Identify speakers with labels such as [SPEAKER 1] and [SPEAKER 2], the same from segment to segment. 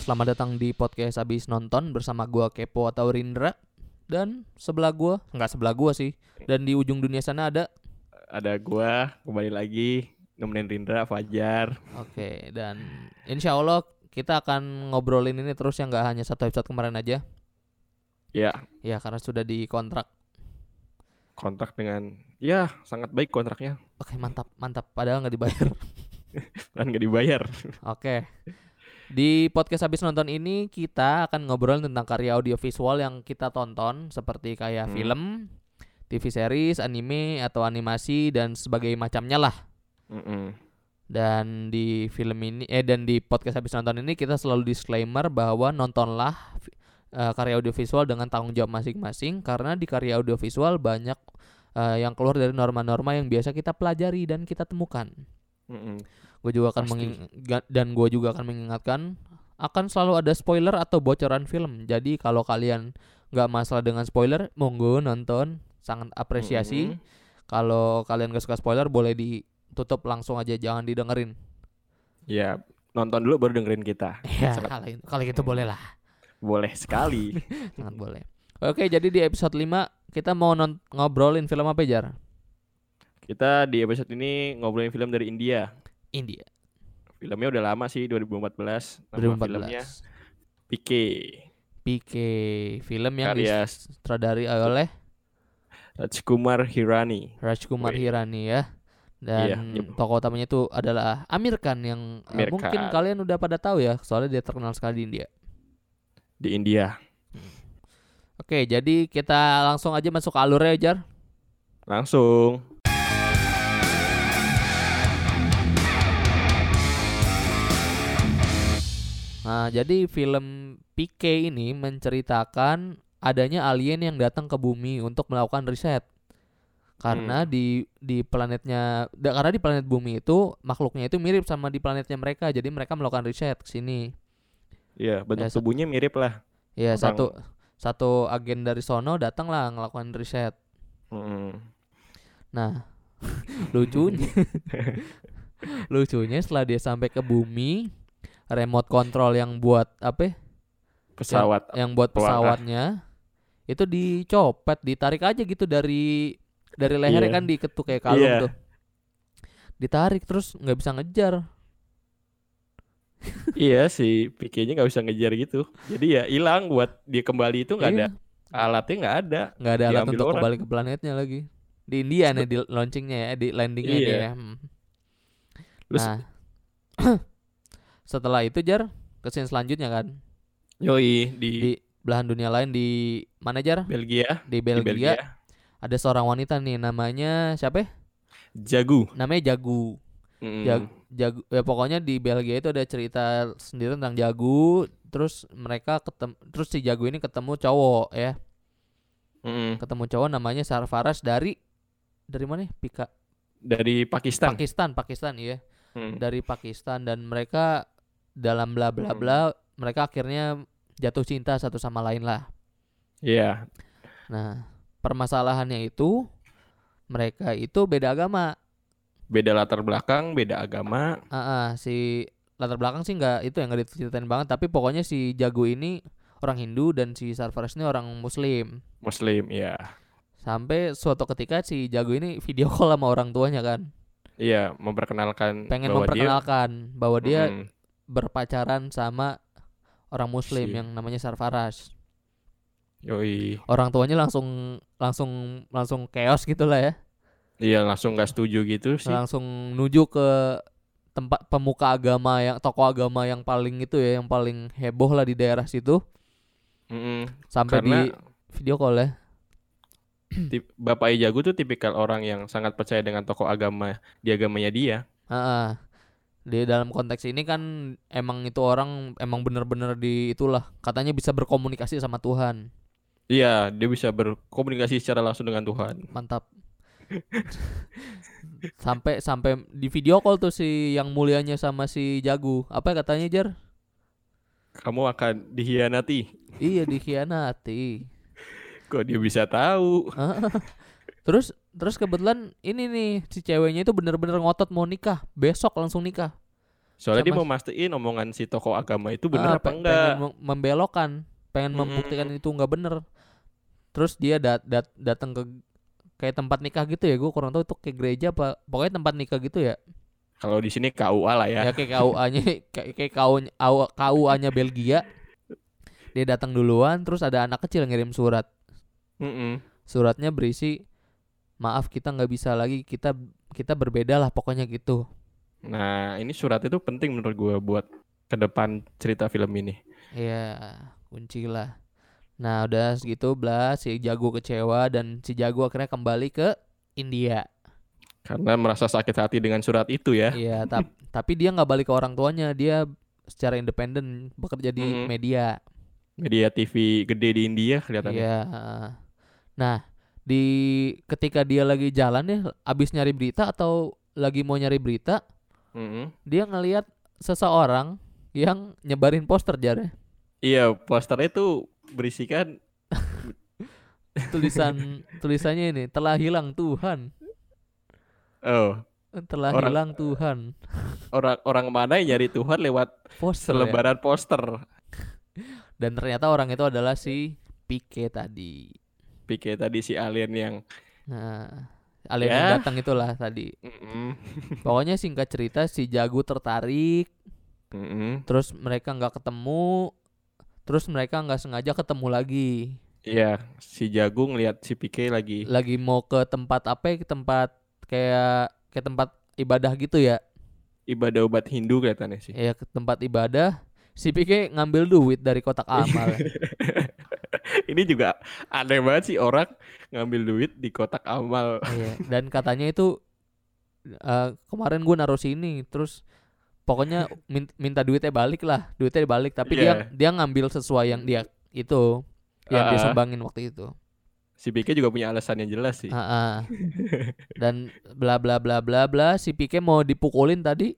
[SPEAKER 1] Selamat datang di podcast habis nonton bersama gua Kepo atau Rindra dan sebelah gua, nggak sebelah gua sih. Dan di ujung dunia sana ada
[SPEAKER 2] ada gua kembali lagi nemenin Rindra Fajar
[SPEAKER 1] Oke, dan insya Allah kita akan ngobrolin ini terus yang nggak hanya satu episode kemarin aja.
[SPEAKER 2] ya
[SPEAKER 1] Ya karena sudah dikontrak.
[SPEAKER 2] kontak dengan ya sangat baik kontraknya
[SPEAKER 1] Oke mantap mantap. Padahal nggak dibayar.
[SPEAKER 2] dan nggak dibayar
[SPEAKER 1] Oke. Di podcast habis nonton ini kita akan ngobrol tentang karya audiovisual yang kita tonton seperti kayak
[SPEAKER 2] Hmm.
[SPEAKER 1] film, TV series, anime atau animasi dan sebagai macamnya lah.
[SPEAKER 2] Mm-mm.
[SPEAKER 1] Dan di film ini eh dan di podcast habis nonton ini kita selalu disclaimer bahwa nontonlah vi- eh, karya audiovisual dengan tanggung jawab masing-masing karena di karya audiovisual banyak eh, yang keluar dari norma-norma yang biasa kita pelajari dan kita temukan.
[SPEAKER 2] Mm-mm.
[SPEAKER 1] Gue juga akan
[SPEAKER 2] Pasti.
[SPEAKER 1] mengingat dan gue juga akan mengingatkan akan selalu ada spoiler atau bocoran film. Jadi kalau kalian nggak masalah dengan spoiler, monggo nonton, sangat apresiasi.
[SPEAKER 2] Mm-mm.
[SPEAKER 1] Kalau kalian gak suka spoiler, boleh ditutup langsung aja, jangan didengerin.
[SPEAKER 2] ya nonton dulu baru dengerin kita
[SPEAKER 1] Ya,
[SPEAKER 2] Sangat-
[SPEAKER 1] kalau itu- kalau gitu boleh lah,
[SPEAKER 2] boleh sekali
[SPEAKER 1] sangat boleh. Oke, jadi di episode 5 kita mau non- ngobrolin film apa Jar?
[SPEAKER 2] kita di episode ini ngobrolin film dari India
[SPEAKER 1] India
[SPEAKER 2] filmnya udah lama sih 2014 Nama filmnya
[SPEAKER 1] 2014.
[SPEAKER 2] PK
[SPEAKER 1] PK film yang
[SPEAKER 2] Karya-
[SPEAKER 1] disutradari oleh
[SPEAKER 2] Rajkumar Hirani
[SPEAKER 1] Rajkumar
[SPEAKER 2] Wih.
[SPEAKER 1] Hirani ya.
[SPEAKER 2] Iya,
[SPEAKER 1] Dan
[SPEAKER 2] nyebut.
[SPEAKER 1] tokoh utamanya itu adalah Amir Khan yang eh,
[SPEAKER 2] Amir
[SPEAKER 1] mungkin
[SPEAKER 2] Khan.
[SPEAKER 1] kalian udah pada tahu ya, soalnya dia terkenal sekali di India.
[SPEAKER 2] di India
[SPEAKER 1] Oke, jadi kita langsung aja masuk ke alurnya Jar.
[SPEAKER 2] langsung
[SPEAKER 1] Nah, jadi film PK ini menceritakan adanya alien yang datang ke bumi untuk melakukan riset. Karena di di planetnya da- karena di planet bumi itu makhluknya itu mirip sama di planetnya mereka, jadi mereka melakukan riset ke sini.
[SPEAKER 2] ya
[SPEAKER 1] Ya,
[SPEAKER 2] bentuk
[SPEAKER 1] se-
[SPEAKER 2] tubuhnya mirip lah
[SPEAKER 1] Ya,
[SPEAKER 2] Orang-
[SPEAKER 1] satu satu agen dari sono datanglah ngelakukan riset.
[SPEAKER 2] Mm-mm.
[SPEAKER 1] Nah, lucunya lucunya setelah dia sampai ke bumi, remote control yang buat apa? ya,
[SPEAKER 2] pesawat
[SPEAKER 1] yang buat
[SPEAKER 2] Pewarna.
[SPEAKER 1] pesawatnya itu dicopet, ditarik aja gitu dari dari lehernya
[SPEAKER 2] Iya.
[SPEAKER 1] kan diketuk kayak kalung
[SPEAKER 2] Iya.
[SPEAKER 1] tuh. Ditarik terus nggak bisa ngejar.
[SPEAKER 2] Iya sih, pikirnya nggak bisa ngejar gitu. Jadi ya hilang buat dia kembali itu nggak ada
[SPEAKER 1] Iya,
[SPEAKER 2] alatnya nggak ada.
[SPEAKER 1] nggak ada alat
[SPEAKER 2] Diambil
[SPEAKER 1] untuk
[SPEAKER 2] orang.
[SPEAKER 1] kembali ke planetnya lagi. Di India nih di launchingnya ya, di landingnya
[SPEAKER 2] Iya.
[SPEAKER 1] dia ya. Hmm.
[SPEAKER 2] Terus-
[SPEAKER 1] nah. setelah itu Jar, ke scene selanjutnya kan
[SPEAKER 2] Yoi di,
[SPEAKER 1] di belahan dunia lain di mana Jar?
[SPEAKER 2] Belgia,
[SPEAKER 1] Di
[SPEAKER 2] di
[SPEAKER 1] Belgia,
[SPEAKER 2] Belgia,
[SPEAKER 1] ada seorang wanita nih namanya siapa ya?
[SPEAKER 2] jagu.
[SPEAKER 1] Namanya Jagu.
[SPEAKER 2] Mm.
[SPEAKER 1] Jag- jago ya pokoknya di Belgia itu ada cerita sendiri tentang jago terus mereka ketemu terus si jago ini ketemu cowok ya
[SPEAKER 2] Mm.
[SPEAKER 1] ketemu cowok namanya Sarfaras dari dari mana ya? Pika
[SPEAKER 2] dari Pakistan.
[SPEAKER 1] Pakistan Pakistan iya
[SPEAKER 2] Mm.
[SPEAKER 1] dari Pakistan dan mereka dalam bla bla bla mereka akhirnya jatuh cinta satu sama lain lah
[SPEAKER 2] Iya,
[SPEAKER 1] nah permasalahannya itu mereka itu beda agama
[SPEAKER 2] beda latar belakang, beda agama.
[SPEAKER 1] Ah, ah, si latar belakang sih nggak itu yang nggak diceritain banget tapi pokoknya si jago ini orang Hindu dan si Sarfaras ini orang Muslim
[SPEAKER 2] Muslim, ya,
[SPEAKER 1] sampai suatu ketika si jago ini video call sama orang tuanya kan
[SPEAKER 2] iya memperkenalkan
[SPEAKER 1] pengen
[SPEAKER 2] bahwa
[SPEAKER 1] memperkenalkan bahwa
[SPEAKER 2] dia,
[SPEAKER 1] dia
[SPEAKER 2] Mm.
[SPEAKER 1] berpacaran sama orang Muslim
[SPEAKER 2] Si-
[SPEAKER 1] yang namanya Sarfaras
[SPEAKER 2] yoi,
[SPEAKER 1] orang tuanya langsung langsung langsung chaos gitulah ya
[SPEAKER 2] iya langsung nggak setuju gitu sih.
[SPEAKER 1] langsung nuju ke tempat pemuka agama yang tokoh agama yang paling itu ya yang paling heboh lah di daerah situ
[SPEAKER 2] Mm-mm.
[SPEAKER 1] sampai di
[SPEAKER 2] Karena
[SPEAKER 1] video call ya
[SPEAKER 2] tip- bapaknya jagu tuh tipikal orang yang sangat percaya dengan tokoh agama di agamanya dia.
[SPEAKER 1] Heeh. Di dalam konteks ini kan emang itu orang emang bener-bener di itulah katanya bisa berkomunikasi sama Tuhan.
[SPEAKER 2] Iya, dia bisa berkomunikasi secara langsung dengan Tuhan.
[SPEAKER 1] Mantap. sampai sampai di video call tuh si yang mulianya sama si Jagu. Apa katanya Jar?
[SPEAKER 2] Kamu akan dihianati.
[SPEAKER 1] iya dikhianati.
[SPEAKER 2] Kok dia bisa tahu?
[SPEAKER 1] Terus terus kebetulan ini nih si ceweknya itu bener-bener ngotot mau nikah. Besok langsung nikah.
[SPEAKER 2] Soalnya dia
[SPEAKER 1] Sama-
[SPEAKER 2] mau mastiin omongan si tokoh agama itu
[SPEAKER 1] Ah,
[SPEAKER 2] benar apa
[SPEAKER 1] pe-
[SPEAKER 2] enggak.
[SPEAKER 1] pengen mem- membelokkan pengen
[SPEAKER 2] Mm-mm.
[SPEAKER 1] membuktikan itu nggak bener terus dia dat dat datang ke kayak tempat nikah gitu ya gue kurang tahu itu kayak gereja apa pokoknya tempat nikah gitu ya
[SPEAKER 2] Kalau di sini KUA lah ya.
[SPEAKER 1] ya, kayak KUA-nya kayak kayak KUA-nya Belgia dia datang duluan terus ada anak kecil ngirim surat
[SPEAKER 2] Mm-mm.
[SPEAKER 1] suratnya berisi maaf kita nggak bisa lagi kita kita berbeda lah pokoknya gitu
[SPEAKER 2] Nah, ini surat itu penting menurut gua buat ke depan cerita film ini.
[SPEAKER 1] Iya, kunci lah. Nah, udah segitu bla si Jago kecewa dan si Jago akhirnya kembali ke India.
[SPEAKER 2] Karena merasa sakit hati dengan surat itu ya.
[SPEAKER 1] Iya, tap- tapi dia nggak balik ke orang tuanya, dia secara independen bekerja di
[SPEAKER 2] Mm.
[SPEAKER 1] media.
[SPEAKER 2] Media TV gede di India kelihatannya.
[SPEAKER 1] Iya. Nah, di ketika dia lagi jalan ya abis nyari berita atau lagi mau nyari berita,
[SPEAKER 2] Mm-mm.
[SPEAKER 1] dia ngelihat seseorang yang nyebarin poster jarnya
[SPEAKER 2] Iya, posternya itu berisikan
[SPEAKER 1] tulisan tulisannya ini telah hilang Tuhan
[SPEAKER 2] oh,
[SPEAKER 1] telah
[SPEAKER 2] Orang-
[SPEAKER 1] hilang Tuhan
[SPEAKER 2] orang orang mana yang nyari Tuhan lewat
[SPEAKER 1] poster ya.
[SPEAKER 2] selebaran poster.
[SPEAKER 1] dan ternyata orang itu adalah si Pike tadi.
[SPEAKER 2] Pikir tadi si alien yang
[SPEAKER 1] Nah, alien
[SPEAKER 2] Ya.
[SPEAKER 1] yang datang itulah tadi.
[SPEAKER 2] Mm-mm.
[SPEAKER 1] Pokoknya singkat cerita si Jago tertarik,
[SPEAKER 2] Mm-mm.
[SPEAKER 1] terus mereka nggak ketemu, terus mereka nggak sengaja ketemu lagi.
[SPEAKER 2] Iya, si Jagung lihat si Pike lagi.
[SPEAKER 1] Lagi mau ke tempat apa? ya, Ke tempat kayak ke tempat ibadah gitu ya.
[SPEAKER 2] ibadah obat Hindu kelihatannya sih.
[SPEAKER 1] Ya ke tempat ibadah. Si Pike ngambil duit dari kotak amal.
[SPEAKER 2] Ini juga aneh banget sih orang ngambil duit di kotak amal.
[SPEAKER 1] Iya, dan katanya itu eh, kemarin gue naruh sini terus pokoknya min- minta duitnya balik lah duitnya balik tapi
[SPEAKER 2] Iya.
[SPEAKER 1] dia dia ngambil sesuai yang dia itu yang dia
[SPEAKER 2] Ah.
[SPEAKER 1] sumbangin waktu itu
[SPEAKER 2] Si Pike juga punya alasan yang jelas sih.
[SPEAKER 1] Ah, ah. dan bla bla bla bla bla si Pike mau dipukulin tadi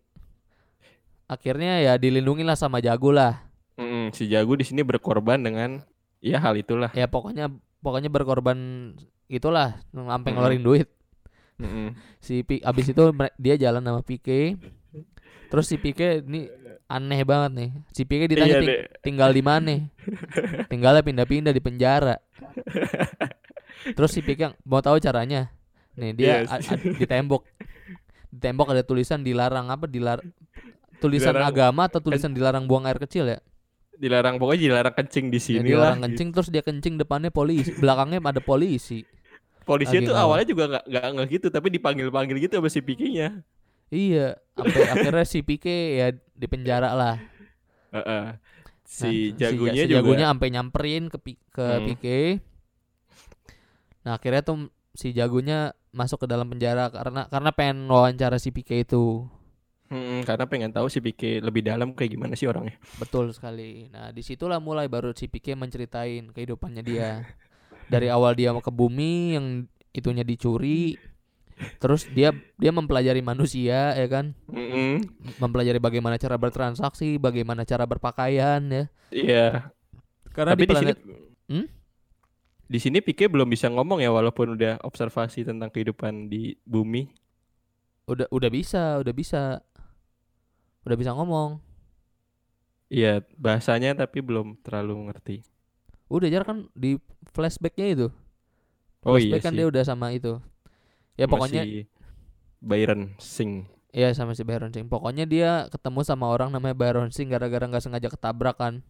[SPEAKER 1] akhirnya ya dilindungi lah sama Jago lah
[SPEAKER 2] Mm-mm, si Jago di sini berkorban dengan ya hal itulah.
[SPEAKER 1] ya pokoknya pokoknya berkorban itulah sampai
[SPEAKER 2] Mm.
[SPEAKER 1] ngeluarin duit
[SPEAKER 2] Mm-mm.
[SPEAKER 1] si Pi- abis itu mere- dia jalan sama Pike terus si Pike ini aneh banget nih si Pike ditanya
[SPEAKER 2] Iya,
[SPEAKER 1] ting-
[SPEAKER 2] deh.
[SPEAKER 1] tinggal di mana tinggalnya pindah-pindah di penjara terus si Pike mau tahu caranya nih dia
[SPEAKER 2] Yes.
[SPEAKER 1] a- a- di tembok di tembok ada tulisan dilarang apa dilar tulisan
[SPEAKER 2] Dilarang-
[SPEAKER 1] agama atau tulisan dilarang buang air kecil ya
[SPEAKER 2] Dilarang pokoknya dilarang kencing di
[SPEAKER 1] Yang
[SPEAKER 2] sini lah.
[SPEAKER 1] Ya, dilarang kencing terus dia kencing depannya polisi belakangnya ada polisi
[SPEAKER 2] Polisi
[SPEAKER 1] Lagi
[SPEAKER 2] itu
[SPEAKER 1] ngawal.
[SPEAKER 2] awalnya juga nggak nggak nggak gitu, tapi dipanggil-panggil gitu sama si Pike-nya.
[SPEAKER 1] iya sampai akhirnya si Pike ya di penjara lah
[SPEAKER 2] Heeh.
[SPEAKER 1] Nah,
[SPEAKER 2] Si jagonya
[SPEAKER 1] si
[SPEAKER 2] juga.
[SPEAKER 1] jagonya sampai nyamperin ke Pi- ke
[SPEAKER 2] Hmm.
[SPEAKER 1] Pique. Nah, akhirnya tuh si jagonya masuk ke dalam penjara karena karena pengen wawancara si Pique itu.
[SPEAKER 2] Mm-mm, karena pengen tahu si Pike lebih dalam kayak gimana sih orangnya.
[SPEAKER 1] Betul sekali. Nah, disitulah mulai baru si Pique menceritain kehidupannya dia. Dari awal dia ke bumi yang itunya dicuri. Terus dia dia mempelajari manusia ya kan,
[SPEAKER 2] Mm-mm.
[SPEAKER 1] mempelajari bagaimana cara bertransaksi, bagaimana cara berpakaian ya.
[SPEAKER 2] Iya.
[SPEAKER 1] Karena
[SPEAKER 2] Tapi di,
[SPEAKER 1] planet-
[SPEAKER 2] sini
[SPEAKER 1] Hmm?
[SPEAKER 2] di sini Pike belum bisa ngomong ya walaupun udah observasi tentang kehidupan di bumi.
[SPEAKER 1] udah udah bisa, udah bisa. Udah bisa ngomong.
[SPEAKER 2] Iya, bahasanya tapi belum terlalu ngerti.
[SPEAKER 1] Udah jar kan di flashbacknya itu.
[SPEAKER 2] Oh iya
[SPEAKER 1] Flashback kan dia
[SPEAKER 2] sih.
[SPEAKER 1] udah sama itu. Ya pokoknya
[SPEAKER 2] Masih Byron Singh.
[SPEAKER 1] ya sama si Byron Singh. Pokoknya dia ketemu sama orang namanya Byron Singh gara-gara nggak sengaja ketabrak kan.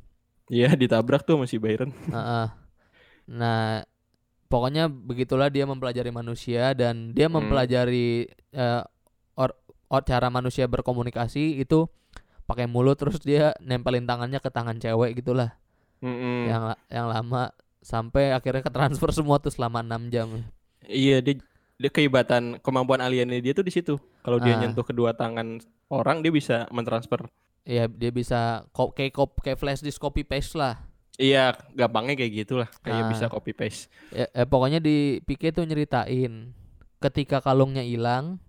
[SPEAKER 2] Iya, ditabrak tuh masih Byron.
[SPEAKER 1] Heeh. Nah, pokoknya begitulah dia mempelajari manusia dan dia
[SPEAKER 2] Hmm.
[SPEAKER 1] mempelajari eh, or- or- cara manusia berkomunikasi itu pakai mulut terus dia nempelin tangannya ke tangan cewek gitulah
[SPEAKER 2] Mm-mm.
[SPEAKER 1] yang la- yang lama sampai akhirnya ke transfer semua tuh selama 6 jam.
[SPEAKER 2] Iya, dia dia kehebatan kemampuan aliennya dia tuh di situ. Kalau
[SPEAKER 1] Ah.
[SPEAKER 2] dia nyentuh kedua tangan orang dia bisa mentransfer.
[SPEAKER 1] Ya dia bisa ko- kayak kop kayak flash disk copy paste lah.
[SPEAKER 2] Iya, gampangnya kayak gitulah. Kayak
[SPEAKER 1] Ah.
[SPEAKER 2] bisa copy paste.
[SPEAKER 1] Ya, eh, pokoknya di Pike tuh nyeritain ketika kalungnya hilang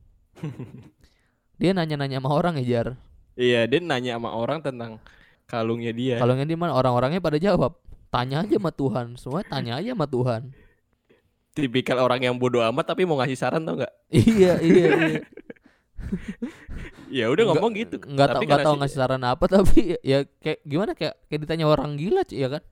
[SPEAKER 1] dia nanya-nanya sama orang ya Jar.
[SPEAKER 2] Iya, dia nanya sama orang tentang kalungnya dia.
[SPEAKER 1] Kalungnya di mana? Orang-orangnya pada jawab. Tanya aja sama Tuhan. Semua tanya aja sama Tuhan.
[SPEAKER 2] Tipikal orang yang bodoh amat tapi mau ngasih saran tau nggak?
[SPEAKER 1] iya, iya, iya.
[SPEAKER 2] ya udah
[SPEAKER 1] Nggak-
[SPEAKER 2] ngomong gitu
[SPEAKER 1] nggak tahu
[SPEAKER 2] Tapi
[SPEAKER 1] nggak
[SPEAKER 2] karena
[SPEAKER 1] tahu
[SPEAKER 2] si-
[SPEAKER 1] ngasih saran apa tapi ya kayak gimana kayak kayak ditanya orang gila cuy ya kan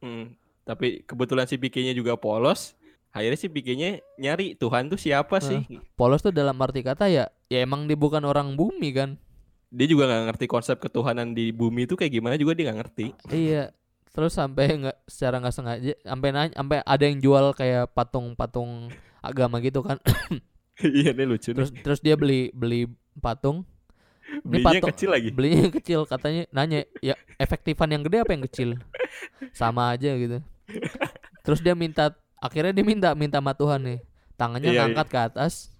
[SPEAKER 2] Hmm, tapi kebetulan si pikirnya juga polos akhirnya si pikirnya nyari Tuhan tuh siapa
[SPEAKER 1] Hah.
[SPEAKER 2] sih
[SPEAKER 1] polos tuh dalam arti kata ya ya emang dia bukan orang bumi kan
[SPEAKER 2] dia juga nggak ngerti konsep ketuhanan di bumi itu kayak gimana juga dia nggak ngerti
[SPEAKER 1] iya terus sampai nggak secara nggak sengaja sampai nanya sampai ada yang jual kayak patung-patung agama gitu kan
[SPEAKER 2] iya ini lucu nih.
[SPEAKER 1] terus terus dia beli beli patung
[SPEAKER 2] belinya
[SPEAKER 1] patung-
[SPEAKER 2] kecil ya? lagi
[SPEAKER 1] belinya yang kecil katanya nanya ya efektifan yang gede apa yang kecil sama aja gitu terus dia minta akhirnya dia minta minta sama Tuhan nih tangannya
[SPEAKER 2] Iya, iya.
[SPEAKER 1] ngangkat ke atas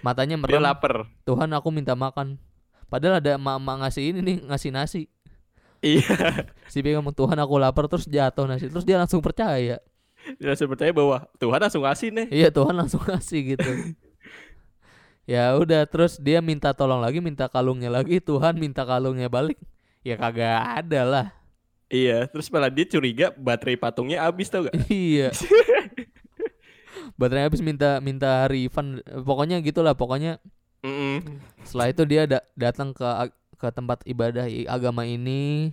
[SPEAKER 1] matanya
[SPEAKER 2] dia
[SPEAKER 1] merem
[SPEAKER 2] lapar
[SPEAKER 1] Tuhan aku minta makan padahal ada emak-emak ngasih ini nih ngasih nasi
[SPEAKER 2] iya
[SPEAKER 1] si B ngomong Tuhan aku lapar terus jatuh nasi terus dia langsung percaya
[SPEAKER 2] dia langsung Ya, percaya bahwa Tuhan langsung ngasih nih
[SPEAKER 1] Iya Tuhan langsung kasih gitu. ya udah terus dia minta tolong lagi, minta kalungnya lagi, Tuhan minta kalungnya balik. Ya kagak ada lah.
[SPEAKER 2] iya terus malah dia curiga baterai patungnya habis tau gak
[SPEAKER 1] iya. Baterai habis minta minta refund. Eh, Pokoknya gitulah, pokoknya
[SPEAKER 2] Mm-mm.
[SPEAKER 1] setelah itu dia da- datang ke ag- ke tempat ibadah i- agama ini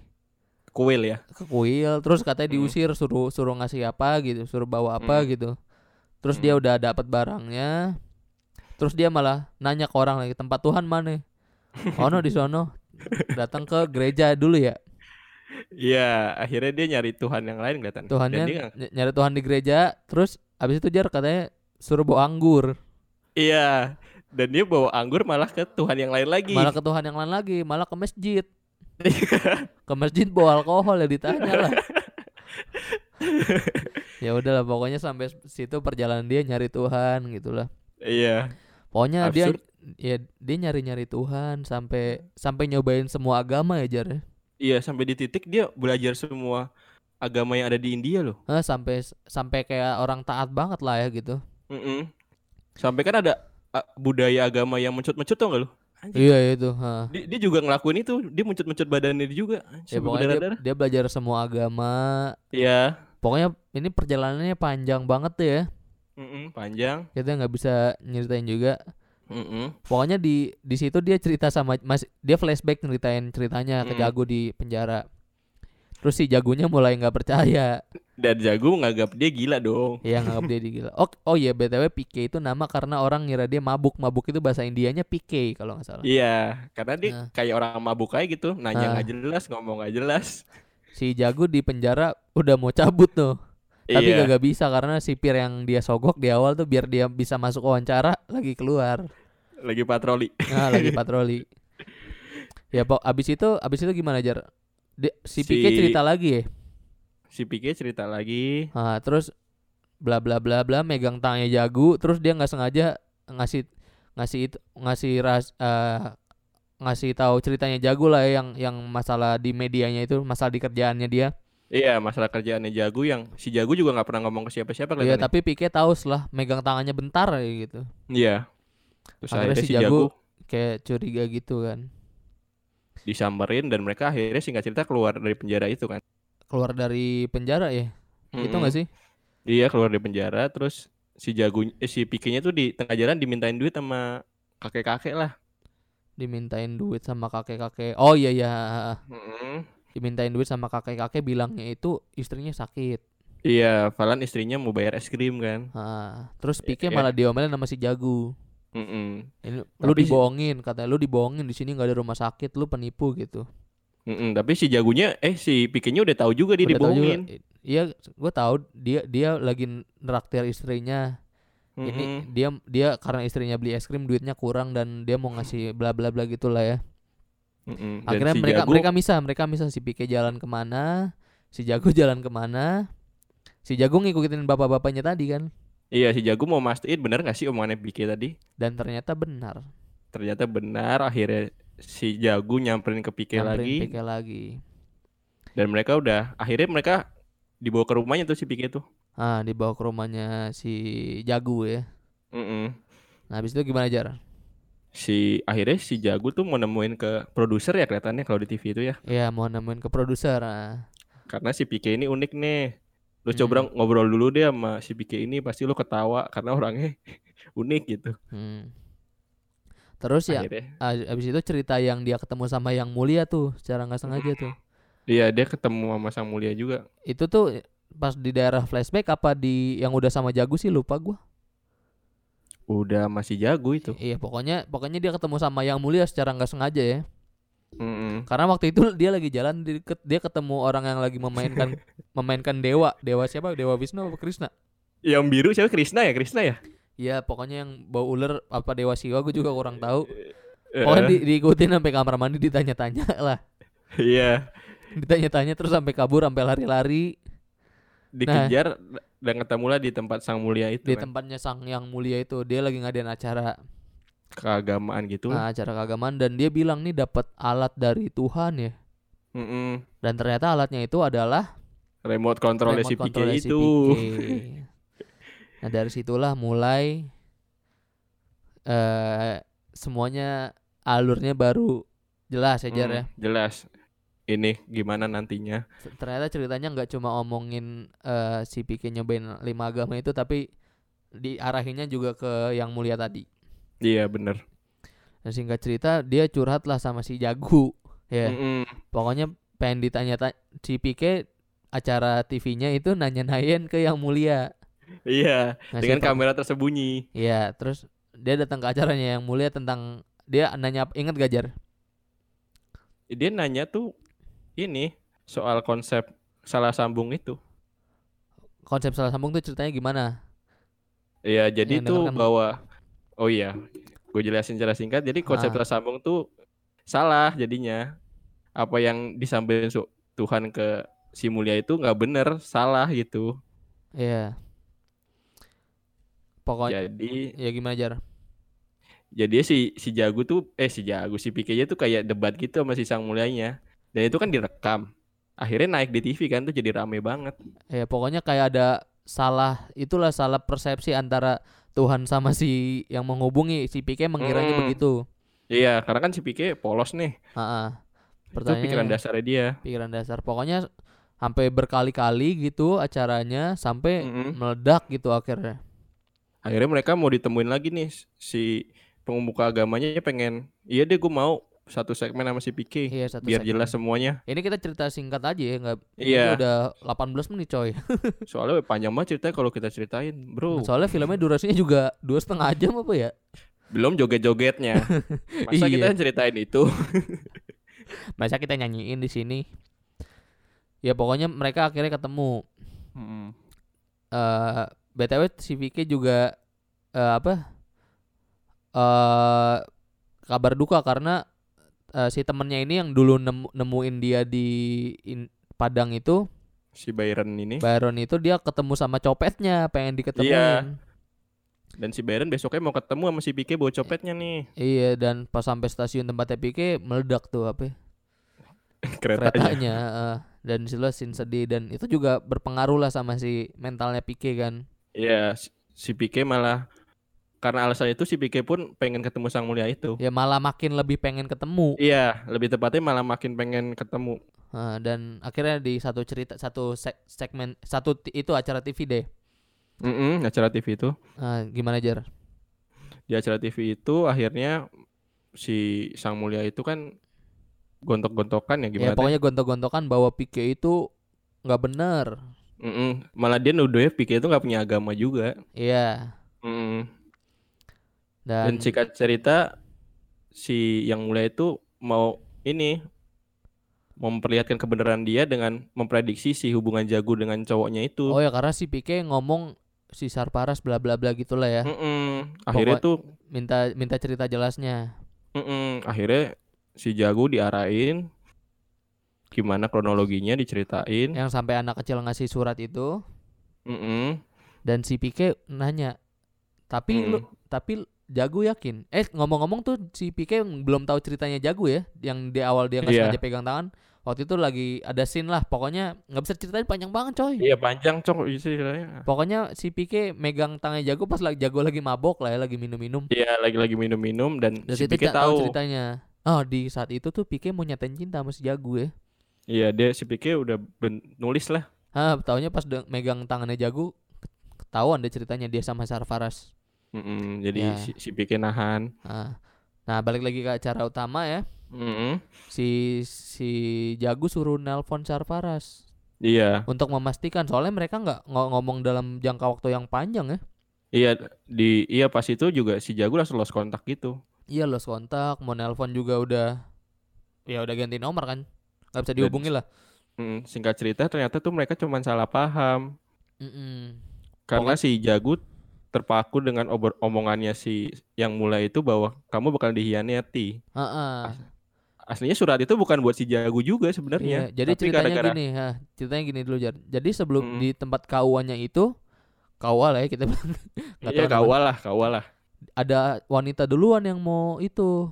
[SPEAKER 2] kuil ya
[SPEAKER 1] ke kuil terus katanya
[SPEAKER 2] Hmm.
[SPEAKER 1] diusir suruh suruh ngasih apa gitu suruh bawa apa
[SPEAKER 2] Hmm.
[SPEAKER 1] gitu terus dia
[SPEAKER 2] Hmm.
[SPEAKER 1] udah dapat barangnya terus dia malah nanya ke orang lagi tempat Tuhan mana ono di sono datang ke gereja dulu ya
[SPEAKER 2] iya akhirnya dia nyari Tuhan yang lain kelihatan Dan
[SPEAKER 1] Tuhannya
[SPEAKER 2] dia nggak-
[SPEAKER 1] ny- nyari Tuhan di gereja terus abis itu jar katanya suruh bawa anggur
[SPEAKER 2] iya dan dia bawa anggur malah ke Tuhan yang lain lagi
[SPEAKER 1] malah ke Tuhan yang lain lagi malah ke masjid ke masjid bawa alkohol ya ditanya lah ya udahlah pokoknya sampai situ perjalanan dia nyari Tuhan gitu gitulah
[SPEAKER 2] iya
[SPEAKER 1] Pokoknya
[SPEAKER 2] Absurd.
[SPEAKER 1] dia ya dia nyari-nyari Tuhan sampai sampai nyobain semua agama ya Jar. ya.
[SPEAKER 2] iya sampai di titik dia belajar semua agama yang ada di India loh
[SPEAKER 1] Eh, sampai sampai kayak orang taat banget lah ya gitu.
[SPEAKER 2] Mm-mm. sampai kan ada ah, budaya agama yang mencut-mencut tau gak lo
[SPEAKER 1] Iya itu. ha.
[SPEAKER 2] dia, dia juga ngelakuin itu dia mencut-mencut badannya dia juga
[SPEAKER 1] Ya,
[SPEAKER 2] sampai
[SPEAKER 1] pokoknya dia,
[SPEAKER 2] berdarah-darah.
[SPEAKER 1] dia belajar semua agama.
[SPEAKER 2] iya
[SPEAKER 1] Pokoknya ini perjalanannya panjang banget tuh ya.
[SPEAKER 2] Mm-mm, panjang
[SPEAKER 1] Kita nggak bisa nyeritain juga.
[SPEAKER 2] Mm-mm.
[SPEAKER 1] Pokoknya di di situ dia cerita sama Mas dia flashback ceritain ceritanya ke
[SPEAKER 2] Hmm.
[SPEAKER 1] jago di penjara. Terus si jagonya mulai nggak percaya.
[SPEAKER 2] dan jago menganggap dia gila dong
[SPEAKER 1] Iya nganggap dia di gila. Oh, oh iya BTW PK itu nama karena orang ngira dia mabuk. Mabuk itu bahasa Indianya PK kalau nggak salah.
[SPEAKER 2] Iya, karena dia
[SPEAKER 1] Nah.
[SPEAKER 2] kayak orang mabuk aja gitu,
[SPEAKER 1] Ah.
[SPEAKER 2] nanya nggak jelas, ngomong nggak jelas.
[SPEAKER 1] Si Jago di penjara udah mau cabut tuh. Tapi
[SPEAKER 2] iya,
[SPEAKER 1] kagak bisa karena sipir yang dia sogok di awal tuh biar dia bisa masuk wawancara lagi keluar.
[SPEAKER 2] lagi patroli.
[SPEAKER 1] Nah, lagi patroli. Ya pok abis itu abis itu gimana Jar? Di- si,
[SPEAKER 2] Si-
[SPEAKER 1] PK cerita lagi ya.
[SPEAKER 2] Si Pike cerita lagi.
[SPEAKER 1] Nah, terus bla bla bla bla megang tangannya Jago terus dia nggak sengaja ngasih ngasih itu ngasih ras eh, ngasih tahu ceritanya Jago lah ya, yang yang masalah di medianya itu masalah di kerjaannya dia.
[SPEAKER 2] Iya, masalah kerjaannya Jago yang si Jago juga nggak pernah ngomong ke siapa-siapa
[SPEAKER 1] Iya,
[SPEAKER 2] kelihatannya.
[SPEAKER 1] tapi Pique tahu setelah megang tangannya bentar ya gitu.
[SPEAKER 2] Iya. Terus
[SPEAKER 1] Akhirnya
[SPEAKER 2] akhirnya
[SPEAKER 1] si
[SPEAKER 2] si
[SPEAKER 1] Jago-
[SPEAKER 2] Jago
[SPEAKER 1] Kayak curiga gitu kan.
[SPEAKER 2] disamperin dan mereka akhirnya singkat cerita keluar dari penjara itu kan.
[SPEAKER 1] Keluar dari penjara ya. Itu
[SPEAKER 2] Mm-mm.
[SPEAKER 1] enggak sih?
[SPEAKER 2] Iya, keluar dari penjara terus si Jago eh, si Pikenya tuh di tengah jalan dimintain duit sama kakek-kakek lah.
[SPEAKER 1] Dimintain duit sama kakek-kakek. Oh iya iya.
[SPEAKER 2] Mm-mm.
[SPEAKER 1] Dimintain duit sama kakek-kakek bilangnya itu istrinya sakit.
[SPEAKER 2] Iya, Falan istrinya mau bayar es krim kan.
[SPEAKER 1] Ah, terus
[SPEAKER 2] Iya,
[SPEAKER 1] Pique
[SPEAKER 2] iya.
[SPEAKER 1] malah diomelin sama si Jago.
[SPEAKER 2] Mm-mm.
[SPEAKER 1] Ini lu
[SPEAKER 2] Tapi si-
[SPEAKER 1] dibohongin katanya lu dibohongin di sini nggak ada rumah sakit lu penipu gitu.
[SPEAKER 2] Mm-mm, Tapi si jagunya, eh si pikirnya udah tahu juga dia
[SPEAKER 1] Udah tahu juga,
[SPEAKER 2] dibohongin.
[SPEAKER 1] i- Iya, gue tahu dia dia lagi nraktir istrinya. Ini
[SPEAKER 2] Mm-mm.
[SPEAKER 1] dia dia karena istrinya beli es krim duitnya kurang dan dia mau ngasih bla bla bla gitulah ya.
[SPEAKER 2] Mm-mm. Dan
[SPEAKER 1] Akhirnya
[SPEAKER 2] si
[SPEAKER 1] mereka
[SPEAKER 2] jago,
[SPEAKER 1] mereka misah mereka misah si Pike jalan kemana, si Jago jalan kemana, si Jago ngikutin bapak-bapaknya tadi kan
[SPEAKER 2] iya si jago mau mastiin bener gak sih omongannya pikir tadi?
[SPEAKER 1] dan ternyata benar.
[SPEAKER 2] Ternyata benar. Akhirnya si jago nyamperin ke pikir
[SPEAKER 1] Nyamperin
[SPEAKER 2] lagi
[SPEAKER 1] Pike lagi.
[SPEAKER 2] dan mereka udah akhirnya mereka dibawa ke rumahnya tuh si pikir tuh.
[SPEAKER 1] Ah dibawa ke rumahnya si Jago ya.
[SPEAKER 2] Mm-mm.
[SPEAKER 1] Nah habis itu gimana jar?
[SPEAKER 2] Si akhirnya si jago tuh mau nemuin ke produser ya kelihatannya kalau di TV itu ya.
[SPEAKER 1] Ya mau nemuin ke produser. ah.
[SPEAKER 2] Karena si pikir ini unik nih. Lu
[SPEAKER 1] Mm.
[SPEAKER 2] coba ngobrol dulu deh sama si pikir ini pasti lu ketawa karena orangnya unik gitu.
[SPEAKER 1] Hmm. Terus ya
[SPEAKER 2] akhirnya.
[SPEAKER 1] a- abis itu cerita yang dia ketemu sama yang mulia tuh secara nggak sengaja tuh.
[SPEAKER 2] Iya dia ketemu sama Sang Mulia juga.
[SPEAKER 1] Itu tuh pas di daerah flashback apa di yang udah sama Jagu sih lupa gua.
[SPEAKER 2] Udah masih jago itu.
[SPEAKER 1] Iya pokoknya pokoknya dia ketemu sama yang mulia secara nggak sengaja ya.
[SPEAKER 2] Mm-mm.
[SPEAKER 1] Karena waktu itu dia lagi jalan di deket- dia ketemu orang yang lagi memainkan memainkan dewa. Dewa siapa? Dewa Wisnu apa Krishna?
[SPEAKER 2] Yang biru siapa Krishna ya Krishna ya.
[SPEAKER 1] Ya pokoknya yang bau ular apa dewa siwa gue juga kurang tahu.
[SPEAKER 2] Eh,
[SPEAKER 1] Pokoknya Oh, di- diikutin sampai kamar mandi ditanya-tanya lah.
[SPEAKER 2] Iya
[SPEAKER 1] Ditanya-tanya terus sampai kabur sampai lari-lari
[SPEAKER 2] dikejar dan ketemulah di tempat Sang Mulia itu
[SPEAKER 1] di
[SPEAKER 2] kan.
[SPEAKER 1] tempatnya sang yang mulia itu. Dia lagi ngadain acara
[SPEAKER 2] keagamaan gitu.
[SPEAKER 1] nah, acara keagamaan dan dia bilang nih dapat alat dari Tuhan ya.
[SPEAKER 2] Mm-mm.
[SPEAKER 1] Dan ternyata alatnya itu adalah
[SPEAKER 2] Remote control
[SPEAKER 1] remote
[SPEAKER 2] si gitu. PK
[SPEAKER 1] control
[SPEAKER 2] itu.
[SPEAKER 1] SCPK. Nah, dari situlah mulai eh semuanya alurnya baru jelas ya Jar
[SPEAKER 2] Mm,
[SPEAKER 1] ya.
[SPEAKER 2] Jelas. Ini gimana nantinya?
[SPEAKER 1] Se- ternyata ceritanya nggak cuma omongin eh, si Piki nyobain lima agama itu tapi diarahinnya juga ke yang mulia tadi
[SPEAKER 2] Iya bener.
[SPEAKER 1] dan singkat cerita dia curhat lah sama si Jagu ya
[SPEAKER 2] Mm-mm.
[SPEAKER 1] pokoknya pengen ditanya si Piki acara TV-nya itu nanya-nanyain ke yang mulia
[SPEAKER 2] Iya.
[SPEAKER 1] Ngasih
[SPEAKER 2] dengan
[SPEAKER 1] tau-
[SPEAKER 2] kamera tersembunyi.
[SPEAKER 1] Iya, terus dia datang ke acaranya yang mulia tentang dia nanya ingat gajar
[SPEAKER 2] Dia nanya tuh ini soal konsep salah sambung itu.
[SPEAKER 1] konsep salah sambung tuh ceritanya gimana
[SPEAKER 2] Iya, jadi
[SPEAKER 1] Yang
[SPEAKER 2] tuh
[SPEAKER 1] dengarkan.
[SPEAKER 2] bahwa Oh iya, gue jelasin secara singkat. Jadi konsep
[SPEAKER 1] Ah.
[SPEAKER 2] tersambung tuh salah jadinya. Apa yang disampaikan su- Tuhan ke si mulia itu nggak bener, salah gitu.
[SPEAKER 1] Iya pokoknya
[SPEAKER 2] Jadi
[SPEAKER 1] ya gimana jar
[SPEAKER 2] jadi si si jago tuh eh si jago si pikirnya tuh kayak debat gitu sama si sang mulianya. Dan itu kan direkam. Akhirnya naik di TV kan tuh jadi rame banget.
[SPEAKER 1] Ya pokoknya kayak ada salah itulah salah persepsi antara Tuhan sama si yang menghubungi si PK mengiranya
[SPEAKER 2] Mm.
[SPEAKER 1] begitu.
[SPEAKER 2] Iya, karena kan si pikir polos nih.
[SPEAKER 1] Heeh.
[SPEAKER 2] Itu pikiran
[SPEAKER 1] Pertanyaannya
[SPEAKER 2] dasarnya dia.
[SPEAKER 1] pikiran dasar. Pokoknya sampai berkali-kali gitu acaranya sampai
[SPEAKER 2] Mm-mm.
[SPEAKER 1] meledak gitu akhirnya.
[SPEAKER 2] akhirnya mereka mau ditemuin lagi nih si pengemuka agamanya pengen iya deh gue mau satu segmen sama si Piki
[SPEAKER 1] Iya satu
[SPEAKER 2] biar
[SPEAKER 1] segmen.
[SPEAKER 2] jelas semuanya
[SPEAKER 1] Ini kita cerita singkat aja ya nggak ini
[SPEAKER 2] Iya.
[SPEAKER 1] udah 18 menit coy.
[SPEAKER 2] soalnya panjang banget ceritanya kalau kita ceritain bro
[SPEAKER 1] Soalnya filmnya durasinya juga dua setengah jam apa ya?
[SPEAKER 2] belum joget-jogetnya masa
[SPEAKER 1] Iya.
[SPEAKER 2] kita ceritain itu
[SPEAKER 1] Masa kita nyanyiin di sini? Ya pokoknya mereka akhirnya ketemu. eh BTW si Vicky juga eh, apa eh kabar duka karena eh, si temennya ini yang dulu nemu- nemuin dia di in- Padang itu
[SPEAKER 2] si Byron ini
[SPEAKER 1] Baron itu dia ketemu sama copetnya pengen diketemuin
[SPEAKER 2] dan si Byron besoknya mau ketemu sama si Piki bawa copetnya nih
[SPEAKER 1] iya dan pas sampai stasiun tempatnya Vicky meledak tuh apa ya,
[SPEAKER 2] keretanya
[SPEAKER 1] keretanya eh. dan disitulah scene sedih dan itu juga berpengaruh lah sama si mentalnya Vicky kan
[SPEAKER 2] iya si- si Piki malah karena alasan itu si Piki pun pengen ketemu sang mulia itu
[SPEAKER 1] ya malah makin lebih pengen ketemu
[SPEAKER 2] iya lebih tepatnya malah makin pengen ketemu
[SPEAKER 1] Nah, dan akhirnya di satu cerita satu seg- segmen satu ti- itu acara TV deh.
[SPEAKER 2] Mm-mm, acara TV itu
[SPEAKER 1] Nah, gimana Jar?
[SPEAKER 2] di acara TV itu akhirnya si Sang Mulia itu kan gontok-gontokan ya
[SPEAKER 1] Ya
[SPEAKER 2] gimana?
[SPEAKER 1] pokoknya gontok-gontokan bahwa Pique itu nggak bener.
[SPEAKER 2] Mm-mm. Malah dia nuduhnya pikir itu nggak punya agama juga.
[SPEAKER 1] Iya.
[SPEAKER 2] Mm-mm.
[SPEAKER 1] Dan,
[SPEAKER 2] Dan singkat cerita si yang mulia itu mau ini memperlihatkan kebenaran dia dengan memprediksi si hubungan jago dengan cowoknya itu.
[SPEAKER 1] oh ya karena si Pique ngomong si Sarparas bla bla bla gitulah
[SPEAKER 2] Hmm.
[SPEAKER 1] ya.
[SPEAKER 2] Mm-mm. Akhirnya tuh
[SPEAKER 1] Minta minta cerita jelasnya.
[SPEAKER 2] mm-mm. akhirnya si jago diarahin gimana kronologinya diceritain.
[SPEAKER 1] Yang sampai anak kecil ngasih surat itu
[SPEAKER 2] Mm-mm.
[SPEAKER 1] dan si Pique nanya, "Tapi lu tapi Jago yakin. Eh ngomong-ngomong tuh si Pike belum tahu ceritanya Jago ya, yang di awal dia nggak
[SPEAKER 2] Iya.
[SPEAKER 1] sengaja pegang tangan. Waktu itu lagi ada scene lah, pokoknya nggak bisa ceritain panjang banget coy.
[SPEAKER 2] Iya panjang cok itu ceritanya.
[SPEAKER 1] Pokoknya si Pike megang tangannya Jago pas lagi Jago lagi mabok lah ya, lagi minum-minum.
[SPEAKER 2] Iya lagi-lagi minum-minum dan
[SPEAKER 1] Dari
[SPEAKER 2] si
[SPEAKER 1] situ Cak
[SPEAKER 2] Pike
[SPEAKER 1] tahu
[SPEAKER 2] tahu.
[SPEAKER 1] ceritanya. Oh di saat itu tuh Pike mau nyatain cinta sama si Jago ya.
[SPEAKER 2] Iya dia si Pike udah ben- nulis lah.
[SPEAKER 1] Hah, Ah, taunya pas de- megang tangannya Jago ke- ketahuan deh ceritanya dia sama Sarfaras.
[SPEAKER 2] Mm-mm, jadi
[SPEAKER 1] Iya.
[SPEAKER 2] si, si Pike nahan.
[SPEAKER 1] Ah. Nah, balik lagi ke acara utama ya.
[SPEAKER 2] Mm-mm.
[SPEAKER 1] Si si Jago suruh nelpon Sarfaras
[SPEAKER 2] Iya,
[SPEAKER 1] untuk memastikan soalnya mereka nggak ngo- ngomong dalam jangka waktu yang panjang ya.
[SPEAKER 2] iya di iya pas itu juga si Jago langsung lost kontak gitu.
[SPEAKER 1] Iya los kontak, mau nelpon juga udah ya udah ganti nomor kan. nggak bisa dihubungi lah.
[SPEAKER 2] Mm, singkat cerita ternyata tuh mereka cuman salah paham
[SPEAKER 1] Mm-mm.
[SPEAKER 2] karena si Jago terpaku dengan obor omongannya si yang mulai itu bahwa kamu bakal dihianati.
[SPEAKER 1] Ha-ha.
[SPEAKER 2] Aslinya surat itu bukan buat si Jago juga sebenarnya.
[SPEAKER 1] Iya, jadi
[SPEAKER 2] Tapi
[SPEAKER 1] ceritanya
[SPEAKER 2] gara-gara-
[SPEAKER 1] gini, ha, ceritanya gini dulu Jar. Jadi sebelum
[SPEAKER 2] Mm.
[SPEAKER 1] di tempat KUA-nya itu KUA lah ya kita bilang. Nggak tahu
[SPEAKER 2] Iya,
[SPEAKER 1] namanya.
[SPEAKER 2] kawal lah, kawal lah.
[SPEAKER 1] Ada wanita duluan yang mau itu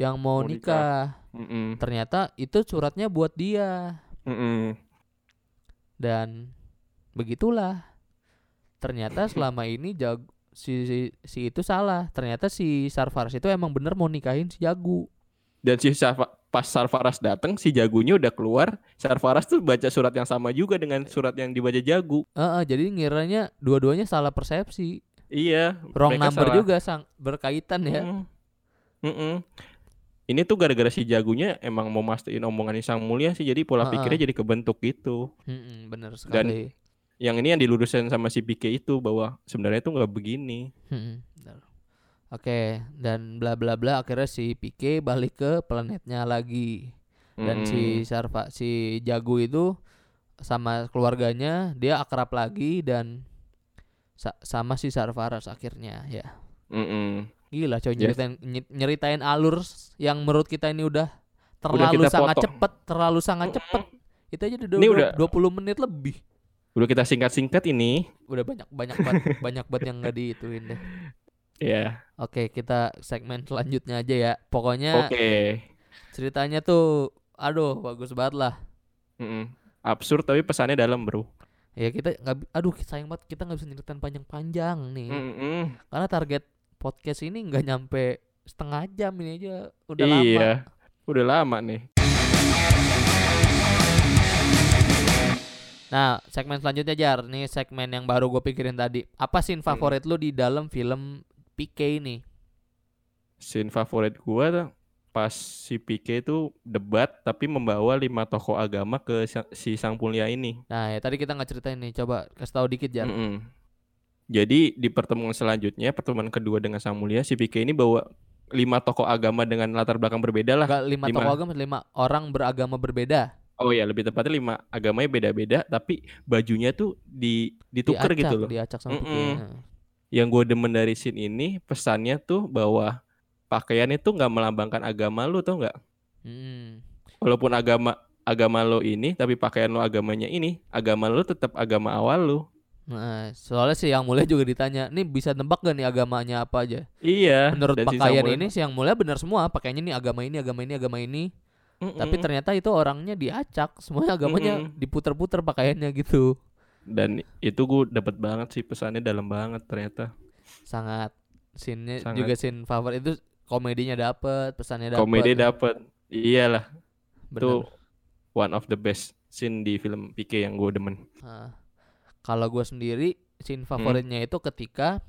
[SPEAKER 1] yang mau
[SPEAKER 2] Mau
[SPEAKER 1] nikah.
[SPEAKER 2] nikah. Mm-mm,
[SPEAKER 1] Ternyata itu suratnya buat dia
[SPEAKER 2] mm-mm.
[SPEAKER 1] dan begitulah. Ternyata selama ini jag si, si, si itu salah. Ternyata si Sarfaras itu emang bener mau nikahin si Jagu.
[SPEAKER 2] Dan si Sarfa- pas Sarfaras datang, si Jagunya udah keluar. Sarfaras tuh baca surat yang sama juga dengan surat yang dibaca Jago.
[SPEAKER 1] Heeh, jadi ngiranya dua-duanya salah persepsi.
[SPEAKER 2] Iya.
[SPEAKER 1] Wrong
[SPEAKER 2] mereka
[SPEAKER 1] number
[SPEAKER 2] salah.
[SPEAKER 1] juga sang berkaitan ya.
[SPEAKER 2] Mm. Mm-mm. Ini tuh gara-gara si Jagunya emang mau mastiin omongannya Sang Mulia sih, jadi pola
[SPEAKER 1] Ha-ha.
[SPEAKER 2] pikirnya jadi kebentuk gitu.
[SPEAKER 1] Mm-mm, Hmm, bener
[SPEAKER 2] Dan-
[SPEAKER 1] sekali.
[SPEAKER 2] Yang ini yang dilurusin sama si PK itu bahwa sebenarnya tuh nggak begini.
[SPEAKER 1] Mm-mm, Hmm, bener. Oke, dan bla bla bla akhirnya si Pike balik ke planetnya lagi. Dan si
[SPEAKER 2] Mm-mm.
[SPEAKER 1] Sarva si Jago itu sama keluarganya dia akrab lagi dan sa- sama si Sarvaras akhirnya ya.
[SPEAKER 2] Mm-mm.
[SPEAKER 1] Gila coy
[SPEAKER 2] Yes.
[SPEAKER 1] nyeritain ny- nyeritain alur s- yang menurut kita ini udah terlalu
[SPEAKER 2] kita
[SPEAKER 1] sangat
[SPEAKER 2] potong.
[SPEAKER 1] cepet, terlalu sangat cepet. Itu aja udah,
[SPEAKER 2] Ini
[SPEAKER 1] dua-
[SPEAKER 2] udah-
[SPEAKER 1] 20 menit lebih.
[SPEAKER 2] Udah kita singkat-singkat ini,
[SPEAKER 1] Udah banyak banyak banget banyak banget yang nggak diituin deh.
[SPEAKER 2] ya.
[SPEAKER 1] Oke, kita segmen selanjutnya aja ya. Pokoknya
[SPEAKER 2] Oke.
[SPEAKER 1] ceritanya tuh aduh bagus banget lah.
[SPEAKER 2] Mm-mm. Absurd tapi pesannya dalam bro.
[SPEAKER 1] Ya kita nggak bi- aduh sayang banget kita nggak bisa nyeritain panjang-panjang nih.
[SPEAKER 2] Hmm. Mm-mm.
[SPEAKER 1] Karena target podcast ini nggak nyampe setengah jam ini aja udah
[SPEAKER 2] iya.
[SPEAKER 1] lama.
[SPEAKER 2] Udah lama nih.
[SPEAKER 1] Nah, segmen selanjutnya Jar, nih segmen yang baru gue pikirin tadi. Apa
[SPEAKER 2] Hmm.
[SPEAKER 1] scene favorit lu di dalam film PK ini?
[SPEAKER 2] Scene favorit gua tuh pas si PK itu debat tapi membawa lima tokoh agama ke sa- si Sang Mulia ini.
[SPEAKER 1] Nah, ya tadi kita nggak ceritain nih. Coba kasih tahu dikit Jar.
[SPEAKER 2] Mm-mm. Jadi di pertemuan selanjutnya, pertemuan kedua dengan Sang Mulia, si PK ini bawa lima tokoh agama dengan latar belakang berbeda lah.
[SPEAKER 1] Enggak lima
[SPEAKER 2] lima.
[SPEAKER 1] tokoh agama, lima orang beragama berbeda.
[SPEAKER 2] Oh ya, lebih tepatnya lima agamanya beda-beda tapi bajunya tuh di ditukar
[SPEAKER 1] diacak,
[SPEAKER 2] gitu loh.
[SPEAKER 1] Diacak sama
[SPEAKER 2] Mm-mm.
[SPEAKER 1] PK.
[SPEAKER 2] Yang gue demen dari scene ini pesannya tuh bahwa pakaian itu nggak melambangkan agama lu tau nggak?
[SPEAKER 1] Mm-mm.
[SPEAKER 2] walaupun agama agama lo ini tapi pakaian lo agamanya ini agama lo tetap agama awal lo
[SPEAKER 1] Nah, soalnya sih yang mulia juga ditanya, nih bisa nebak gak nih agamanya apa aja?
[SPEAKER 2] iya
[SPEAKER 1] Menurut
[SPEAKER 2] dan si
[SPEAKER 1] pakaian
[SPEAKER 2] Samuel-
[SPEAKER 1] ini sih yang mulia benar semua, pakaiannya nih agama ini, agama ini, agama ini.
[SPEAKER 2] Mm-mm.
[SPEAKER 1] Tapi ternyata itu orangnya diacak, semuanya agamanya
[SPEAKER 2] Mm-mm.
[SPEAKER 1] diputer-puter pakaiannya gitu.
[SPEAKER 2] dan itu gue dapet banget sih pesannya dalam banget ternyata
[SPEAKER 1] Sangat scene
[SPEAKER 2] Sangat.
[SPEAKER 1] juga scene favorit itu komedinya dapet, pesannya dapet. ya?
[SPEAKER 2] komedi dapet iyalah
[SPEAKER 1] Bener.
[SPEAKER 2] tuh one of the best scene di film PK yang gue demen
[SPEAKER 1] Nah, kalau gue sendiri scene favoritnya itu ketika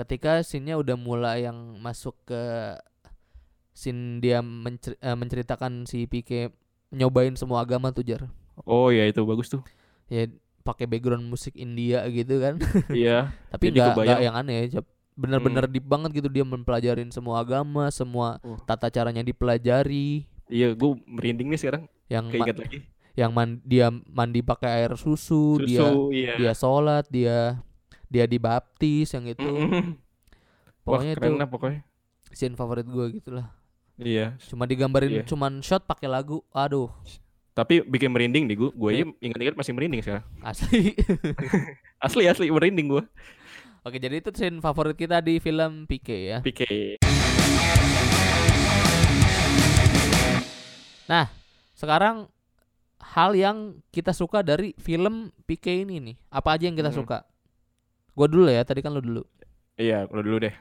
[SPEAKER 1] ketika scene-nya udah mulai yang masuk ke scene dia mencer- eh, menceritakan si PK nyobain semua agama tuh jar
[SPEAKER 2] oh ya itu bagus tuh
[SPEAKER 1] ya pakai background musik India gitu kan
[SPEAKER 2] iya
[SPEAKER 1] tapi
[SPEAKER 2] Jadi
[SPEAKER 1] nggak
[SPEAKER 2] kebayang. Hmm.
[SPEAKER 1] nggak yang aneh ya, Jap. bener-bener deep banget gitu dia mempelajarin semua agama semua
[SPEAKER 2] Oh.
[SPEAKER 1] tata caranya dipelajari
[SPEAKER 2] iya gue merinding nih sekarang
[SPEAKER 1] yang ma-
[SPEAKER 2] keinget lagi
[SPEAKER 1] yang man- dia mandi pakai air susu, dia
[SPEAKER 2] susu iya
[SPEAKER 1] dia sholat dia dia dibaptis yang itu
[SPEAKER 2] Mm-mm. Wah,
[SPEAKER 1] pokoknya itu
[SPEAKER 2] keren lah pokoknya
[SPEAKER 1] scene favorit gue gitu lah
[SPEAKER 2] iya
[SPEAKER 1] cuma digambarin
[SPEAKER 2] Iya.
[SPEAKER 1] cuman shot pakai lagu aduh
[SPEAKER 2] tapi bikin merinding nih gue gue
[SPEAKER 1] Iya.
[SPEAKER 2] aja ingat-ingat masih merinding sekarang
[SPEAKER 1] asli
[SPEAKER 2] asli asli merinding gue
[SPEAKER 1] oke jadi itu scene favorit kita di film PK ya
[SPEAKER 2] PK
[SPEAKER 1] sekarang hal yang kita suka dari film PK ini nih apa aja yang kita
[SPEAKER 2] Hmm.
[SPEAKER 1] suka gue dulu ya tadi kan lo dulu
[SPEAKER 2] Iya, lo dulu deh.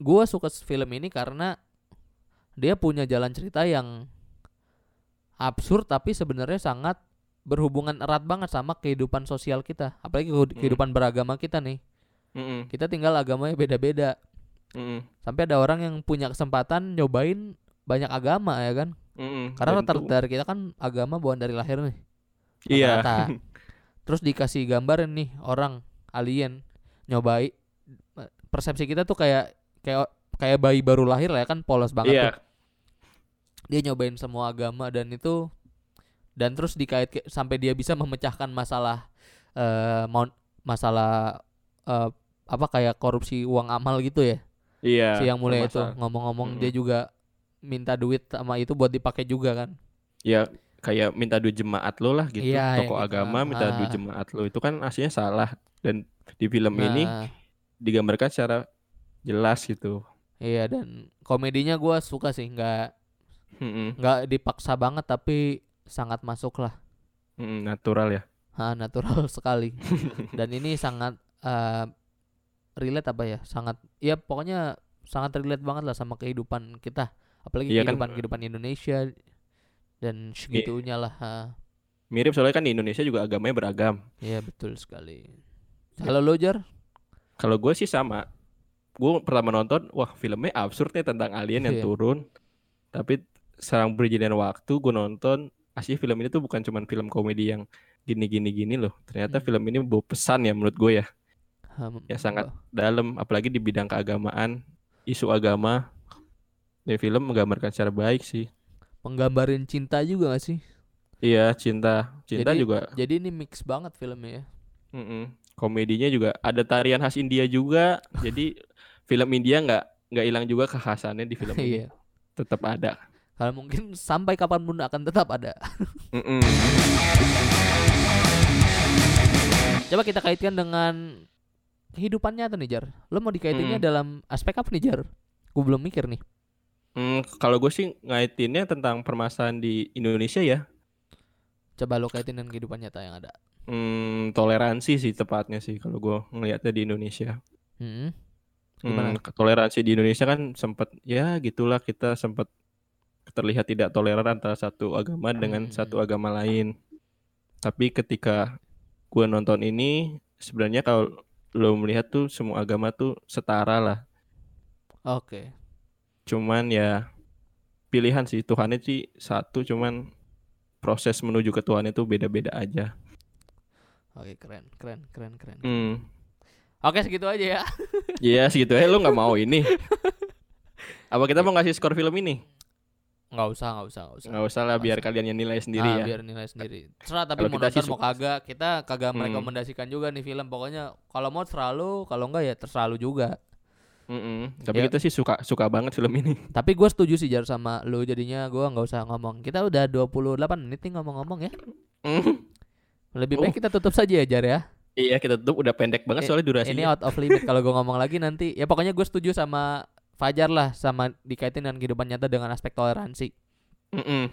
[SPEAKER 1] gue suka s- film ini karena dia punya jalan cerita yang absurd tapi sebenarnya sangat berhubungan erat banget sama kehidupan sosial kita apalagi kehu-
[SPEAKER 2] Hmm.
[SPEAKER 1] kehidupan beragama kita nih kita tinggal agamanya beda-beda
[SPEAKER 2] Mm-mm.
[SPEAKER 1] Sampai ada orang yang punya kesempatan nyobain banyak agama ya kan.
[SPEAKER 2] Mm-mm.
[SPEAKER 1] Karena
[SPEAKER 2] Dan tuh-
[SPEAKER 1] rata-rata dari kita kan agama bawaan dari lahir nih.
[SPEAKER 2] Iya.
[SPEAKER 1] rata-rata. Terus dikasih gambaran nih orang alien nyobai persepsi kita tuh kayak kayak kayak bayi baru lahir lah ya kan polos banget
[SPEAKER 2] Iya.
[SPEAKER 1] tuh. Dia nyobain semua agama dan itu dan terus dikait ke- sampai dia bisa memecahkan masalah eh mau masalah eh, apa kayak korupsi uang amal gitu ya.
[SPEAKER 2] Iya.
[SPEAKER 1] si yang mulai itu
[SPEAKER 2] bermasalah.
[SPEAKER 1] ngomong-ngomong
[SPEAKER 2] Mm-mm.
[SPEAKER 1] dia juga minta duit sama itu buat dipakai juga kan.
[SPEAKER 2] Ya kayak minta duit jemaat lo lah gitu.
[SPEAKER 1] Iya, yang
[SPEAKER 2] Tokoh
[SPEAKER 1] gitu.
[SPEAKER 2] agama minta duit
[SPEAKER 1] Ah.
[SPEAKER 2] jemaat lo itu kan aslinya salah dan di film ini
[SPEAKER 1] Nah,
[SPEAKER 2] digambarkan secara jelas gitu.
[SPEAKER 1] iya dan komedinya gua suka sih nggak
[SPEAKER 2] Mm-mm.
[SPEAKER 1] nggak dipaksa banget tapi sangat masuk lah
[SPEAKER 2] Mm-mm, Natural ya.
[SPEAKER 1] Ah, natural sekali dan ini sangat eh, relate apa ya sangat ya pokoknya sangat relate banget lah sama kehidupan kita apalagi
[SPEAKER 2] Iya kan?
[SPEAKER 1] kehidupan kehidupan Indonesia dan segitunya lah ah.
[SPEAKER 2] Mirip soalnya kan di Indonesia juga agamanya beragam.
[SPEAKER 1] Iya betul sekali
[SPEAKER 2] Ya.
[SPEAKER 1] kalau lo Jar?
[SPEAKER 2] Kalau gue sih sama. Gue pertama nonton, wah filmnya absurd nih tentang alien yang
[SPEAKER 1] Iya.
[SPEAKER 2] turun. Tapi serang berjalan waktu gue nonton, asli film ini tuh bukan cuman film komedi yang gini-gini-gini loh. Ternyata
[SPEAKER 1] Hmm.
[SPEAKER 2] film ini bawa pesan ya menurut gue ya.
[SPEAKER 1] Hmm,
[SPEAKER 2] Ya, sangat. Dalam, apalagi di bidang keagamaan, isu agama. Ya film menggambarkan secara baik sih.
[SPEAKER 1] menggambarin cinta juga gak sih
[SPEAKER 2] Iya cinta, cinta
[SPEAKER 1] Jadi-
[SPEAKER 2] juga.
[SPEAKER 1] jadi ini mix banget filmnya ya
[SPEAKER 2] Mm-mm. Komedinya juga ada tarian khas India juga. Jadi film India nggak nggak hilang juga kekhasannya di film ini.
[SPEAKER 1] iya
[SPEAKER 2] Tetap ada.
[SPEAKER 1] kalau mungkin sampai kapanpun akan tetap ada
[SPEAKER 2] Mm-mm.
[SPEAKER 1] Coba kita kaitkan dengan kehidupan nyata nih Jar. Lo mau dikaitinnya
[SPEAKER 2] Mm.
[SPEAKER 1] dalam aspek apa nih Jar? Gue belum mikir nih.
[SPEAKER 2] Mm, kalau gue sih ngaitinnya tentang permasalahan di Indonesia ya.
[SPEAKER 1] Coba lo kaitin dengan kehidupan nyata yang ada.
[SPEAKER 2] Mm, toleransi sih tepatnya sih kalau gue ngelihatnya di Indonesia.
[SPEAKER 1] Hmm. Gimana?
[SPEAKER 2] Mm, toleransi di Indonesia kan sempat ya gitulah kita sempat terlihat tidak toleran antara satu agama dengan
[SPEAKER 1] Mm.
[SPEAKER 2] satu agama lain. Tapi ketika gue nonton ini sebenarnya kalau lo melihat tuh semua agama tuh setara lah.
[SPEAKER 1] Oke.
[SPEAKER 2] cuman ya pilihan sih Tuhannya sih satu cuman proses menuju ke Tuhan itu beda-beda aja.
[SPEAKER 1] Oke, keren, keren, keren, keren.
[SPEAKER 2] Hmm.
[SPEAKER 1] Oke, segitu aja ya.
[SPEAKER 2] Iya segitu eh lu nggak mau ini. Apa kita mau ngasih skor film ini?
[SPEAKER 1] Nggak usah, nggak usah, nggak usah.
[SPEAKER 2] Nggak usah lah biar kalian yang nilai sendiri
[SPEAKER 1] Ah,
[SPEAKER 2] ya.
[SPEAKER 1] biar nilai sendiri. Terserah tapi
[SPEAKER 2] Kalau
[SPEAKER 1] mau
[SPEAKER 2] kita sih
[SPEAKER 1] nonton mau kagak, kita kagak
[SPEAKER 2] Hmm.
[SPEAKER 1] merekomendasikan juga nih film. Pokoknya kalau mau selalu, kalau enggak ya terserah lu juga.
[SPEAKER 2] Mm-mm.
[SPEAKER 1] Ya.
[SPEAKER 2] Tapi kita sih suka suka banget film ini.
[SPEAKER 1] Tapi gue setuju sih Jar sama lu jadinya gue nggak usah ngomong. Kita udah 28 menit nih ngomong-ngomong ya.
[SPEAKER 2] Mm.
[SPEAKER 1] Lebih
[SPEAKER 2] Oh.
[SPEAKER 1] baik kita tutup saja ya Jar ya.
[SPEAKER 2] Iya kita tutup udah pendek
[SPEAKER 1] Eh,
[SPEAKER 2] banget soalnya
[SPEAKER 1] ini
[SPEAKER 2] durasinya.
[SPEAKER 1] out of limit kalau gue ngomong lagi nanti ya pokoknya gue setuju sama Fajar lah sama dikaitin dengan kehidupan nyata dengan aspek toleransi
[SPEAKER 2] Mm-mm.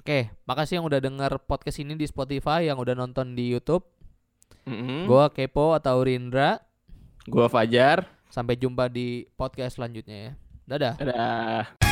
[SPEAKER 1] oke makasih yang udah denger podcast ini di Spotify yang udah nonton di YouTube
[SPEAKER 2] Mm-mm.
[SPEAKER 1] gue Kepo atau Rindra
[SPEAKER 2] Gua Fajar.
[SPEAKER 1] sampai jumpa di podcast selanjutnya ya dadah
[SPEAKER 2] Dadah.